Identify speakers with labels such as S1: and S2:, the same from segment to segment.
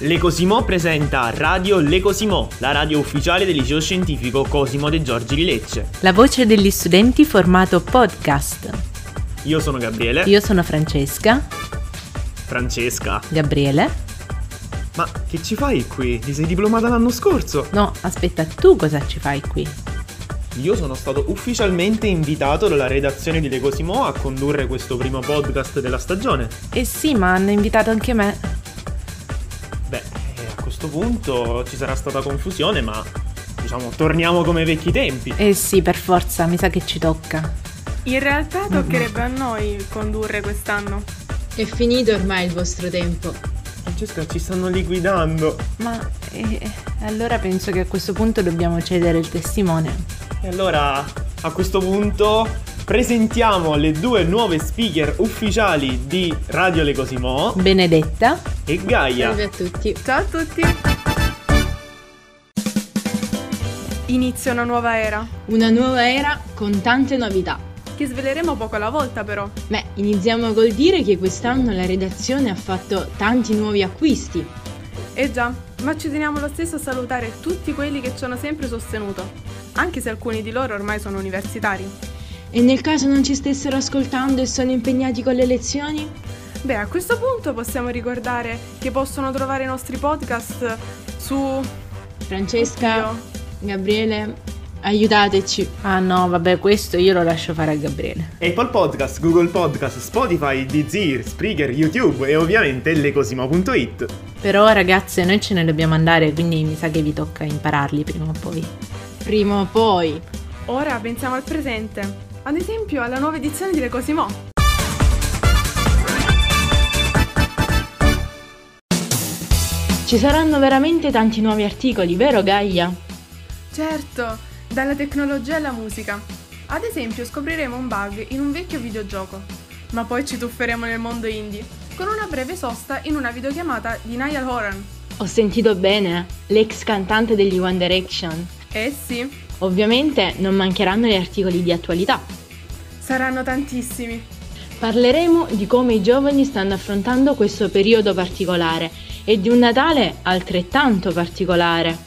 S1: Le Cosimo presenta Radio Le Cosimo, la radio ufficiale del liceo scientifico Cosimo De Giorgi di Lecce.
S2: La voce degli studenti formato podcast.
S1: Io sono Gabriele,
S2: Io sono Francesca,
S1: Francesca.
S2: Gabriele.
S1: Ma che ci fai qui? Ti sei diplomata l'anno scorso?
S2: No, aspetta, tu cosa ci fai qui?
S1: Io sono stato ufficialmente invitato dalla redazione di Le Cosimo a condurre questo primo podcast della stagione.
S2: Eh sì, ma hanno invitato anche me.
S1: Beh, eh, a questo punto ci sarà stata confusione, ma diciamo torniamo come ai vecchi tempi.
S2: Eh sì, per forza, mi sa che ci tocca.
S3: In realtà toccherebbe a noi condurre quest'anno.
S4: È finito ormai il vostro tempo.
S1: Francesca, ci stanno liquidando.
S2: Ma eh, allora penso che a questo punto dobbiamo cedere il testimone.
S1: E allora, a questo punto, presentiamo le due nuove speaker ufficiali di Radio Le Cosimo
S2: Benedetta,
S1: e Gaia.
S4: Salve a tutti.
S3: Ciao a tutti! Inizia una nuova era,
S4: Una nuova era con tante novità.
S3: che sveleremo poco alla volta però.
S4: Beh, iniziamo col dire che quest'anno la redazione ha fatto tanti nuovi acquisti.
S3: Eh già, ma ci teniamo lo stesso a salutare tutti quelli che ci hanno sempre sostenuto, anche se alcuni di loro ormai sono universitari.
S4: E nel caso non ci stessero ascoltando e sono impegnati con le lezioni?
S3: Beh, a questo punto possiamo ricordare che possono trovare i nostri podcast su...
S4: Francesca,
S3: Oddio.
S4: Gabriele, aiutateci.
S2: Ah no, vabbè, questo io lo lascio fare a Gabriele.
S1: Apple Podcast, Google Podcast, Spotify, Deezer, Spreaker, YouTube e ovviamente lecosimo.it.
S2: Però ragazze, noi ce ne dobbiamo andare, quindi mi sa che vi tocca impararli prima o poi.
S4: Prima o poi.
S3: Ora pensiamo al presente, ad esempio alla nuova edizione di Le Cosimo.
S4: Ci saranno veramente tanti nuovi articoli, vero Gaia?
S3: Certo, dalla tecnologia alla musica. Ad esempio scopriremo un bug in un vecchio videogioco, ma poi ci tufferemo nel mondo indie, con una breve sosta in una videochiamata di Niall Horan.
S4: Ho sentito bene, eh? l'ex cantante degli One Direction.
S3: Eh sì,
S4: Ovviamente non mancheranno gli articoli di attualità.
S3: saranno tantissimi.
S4: Parleremo di come i giovani stanno affrontando questo periodo particolare e di un Natale altrettanto particolare.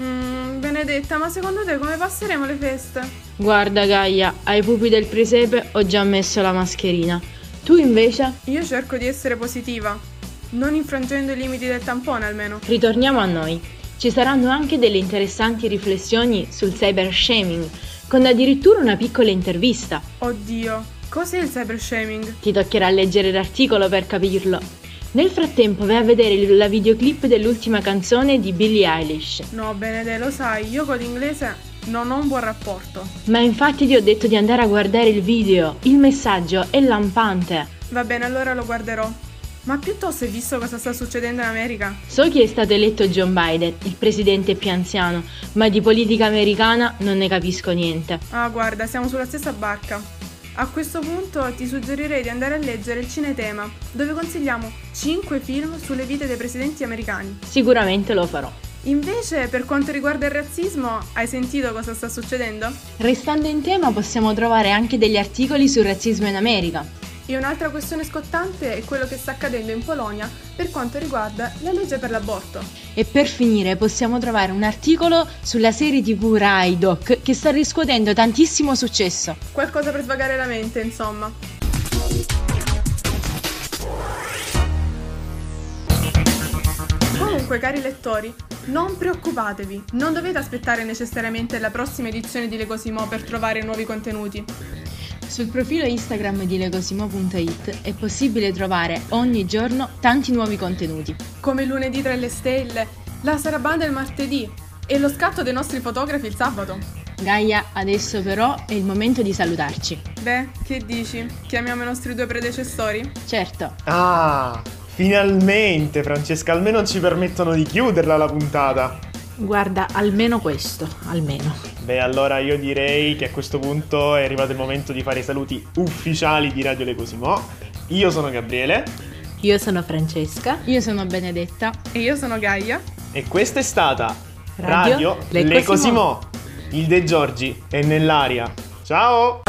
S3: Mm, Benedetta, ma secondo te come passeremo le feste?
S4: Guarda Gaia, ai pupi del presepe ho già messo la mascherina. Tu invece?
S3: Io cerco di essere positiva, non infrangendo i limiti del tampone almeno.
S4: Ritorniamo a noi. Ci saranno anche delle interessanti riflessioni sul cybershaming, con addirittura una piccola intervista.
S3: Oddio, cos'è il cybershaming?
S4: Ti toccherà leggere l'articolo per capirlo. Nel frattempo vai a vedere il- la videoclip dell'ultima canzone di Billie Eilish.
S3: No, Benedè, lo sai, io con l'inglese non ho un buon rapporto.
S4: Ma infatti ti ho detto di andare a guardare il video, il messaggio è lampante.
S3: Va bene, allora lo guarderò. Ma piuttosto hai visto cosa sta succedendo in America?
S4: So che è stato eletto John Biden, il presidente più anziano, ma di politica americana non ne capisco niente.
S3: Ah, guarda, siamo sulla stessa barca. A questo punto ti suggerirei di andare a leggere il Cinetema, dove consigliamo 5 film sulle vite dei presidenti americani.
S4: Sicuramente lo farò.
S3: Invece, per quanto riguarda il razzismo, hai sentito cosa sta succedendo?
S4: Restando in tema possiamo trovare anche degli articoli sul razzismo in America.
S3: E un'altra questione scottante è quello che sta accadendo in Polonia per quanto riguarda la legge per l'aborto.
S4: E per finire possiamo trovare un articolo sulla serie tv Rai Doc che sta riscuotendo tantissimo successo.
S3: Qualcosa per svagare la mente, insomma. Comunque, cari lettori, non preoccupatevi, non dovete aspettare necessariamente la prossima edizione di Le Cosimo per trovare nuovi contenuti.
S4: Sul profilo Instagram di legosimo.it è possibile trovare ogni giorno tanti nuovi contenuti.
S3: Come il lunedì tra le stelle, la sarabanda il martedì e lo scatto dei nostri fotografi il sabato.
S4: Gaia, adesso però è il momento di salutarci.
S3: Beh, che dici? Chiamiamo i nostri due predecessori?
S4: Certo,
S1: Ah, finalmente Francesca, almeno ci permettono di chiuderla la puntata.
S2: Guarda, almeno questo, almeno.
S1: Beh, allora io direi che a questo punto è arrivato il momento di fare i saluti ufficiali di Radio Le Cosimo. Io sono Gabriele
S2: Io sono Francesca.
S4: io sono Benedetta.
S3: E io sono Gaia.
S1: e questa è stata
S2: Radio
S1: Radio,
S2: Le
S1: Le Cosimo. Il De Giorgi è nell'aria. Ciao!